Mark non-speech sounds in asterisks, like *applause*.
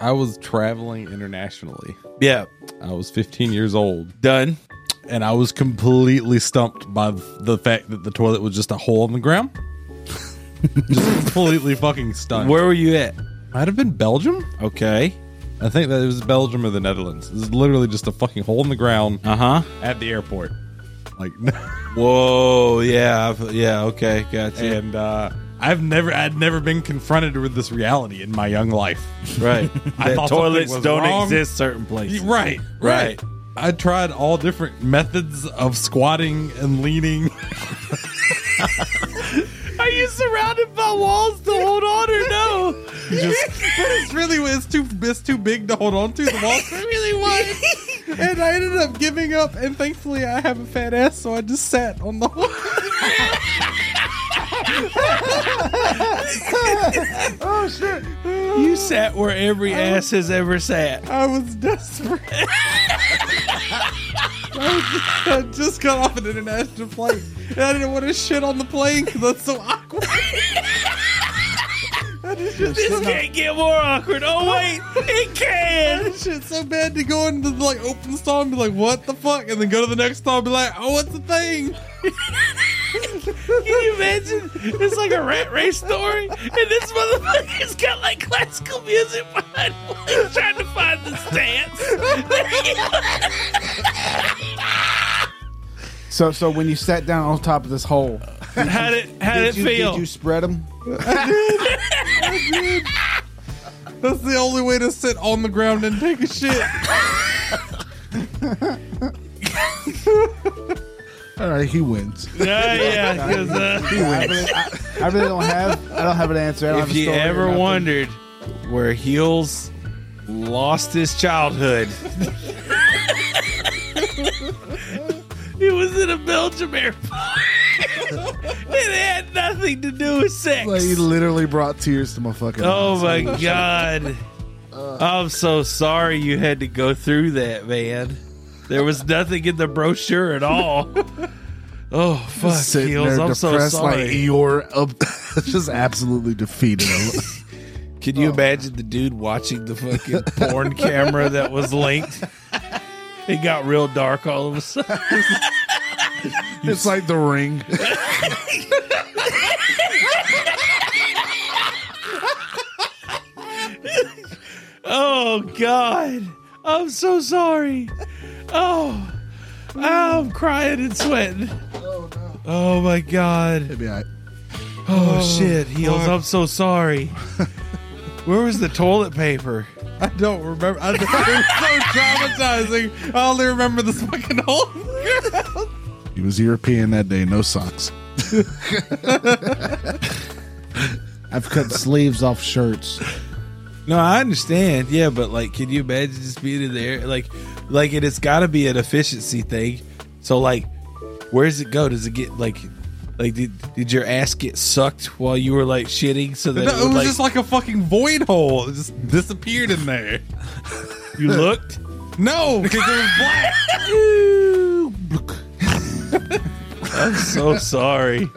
I was traveling internationally. Yeah. I was 15 years old, Done. and I was completely stumped by the fact that the toilet was just a hole in the ground. *laughs* just completely fucking stunned. Where were you at? Might have been Belgium. Okay. I think that it was Belgium or the Netherlands. It was literally just a fucking hole in the ground Uh huh. at the airport. Like, *laughs* Whoa. Yeah. I've- yeah. Okay. Gotcha. and uh, I've never, I'd never been confronted with this reality in my young life. *laughs* right. I that thought something toilets was don't wrong. exist certain places. Right, Right. right. I tried all different methods of squatting and leaning. *laughs* Are you surrounded by walls to hold on or no? but it's really it's too it's too big to hold on to. The *laughs* walls are really wide, and I ended up giving up. And thankfully, I have a fat ass, so I just sat on the wall. oh shit! You sat where every ass has ever sat. I was desperate. *laughs* I, was- I just got off an international flight, and I didn't want to shit on the plane because that's so awkward. I just, This can't get more awkward. Oh wait, it can. *laughs* That shit's so bad to go into the like open stall and be like, what the fuck? And then go to the next stall and be like, oh, what's the thing? Can you imagine? It's like a rat race story, and this motherfucker's got like classical music behind him. He's trying to find the stance. So, so when you sat down on top of this hole, *laughs* how did how did, did, you, it feel? did you spread them? That's the only way to sit on the ground and take a shit. All right, he wins. yeah, yeah. 'cause, uh, I, really, I, I really don't have. I don't have an answer. I don't if have a you story or ever nothing. wondered where Heels lost his childhood, it was in a Belgium airport. *laughs* it had nothing to do with sex. like, you literally brought tears to my fucking. Oh eyes. my god. Uh. I'm so sorry you had to go through that, man. There was nothing in the brochure at *laughs* all. Oh fuck, Sitting Heels, there I'm so depressed like sorry. Eeyore, up, *laughs* just *laughs* absolutely defeated. him. Can you imagine the dude watching the fucking *laughs* porn camera that was linked? It got real dark all of a sudden. it's like the ring. *laughs* Oh god. I'm so sorry. Oh, I'm crying and sweating. Oh no! Oh my god. It'd be like, Oh, shit, heels. I'm so *laughs* sorry. Where was the toilet paper? I don't remember. I, it was so traumatizing. I only remember this fucking *laughs* hole. in the ground. he was European that day. *laughs* No socks. *laughs* I've cut sleeves off shirts. No, I understand. Yeah, but like, can you imagine just being in there? Like, like, and it's got to be an efficiency thing. So, like, where does it go? Does it get like, like, did, did your ass get sucked while you were like shitting? So that No, it it would, was like, *laughs* just like a fucking void hole. It just disappeared in there. you looked. No, because it was *laughs* black. I'm so sorry.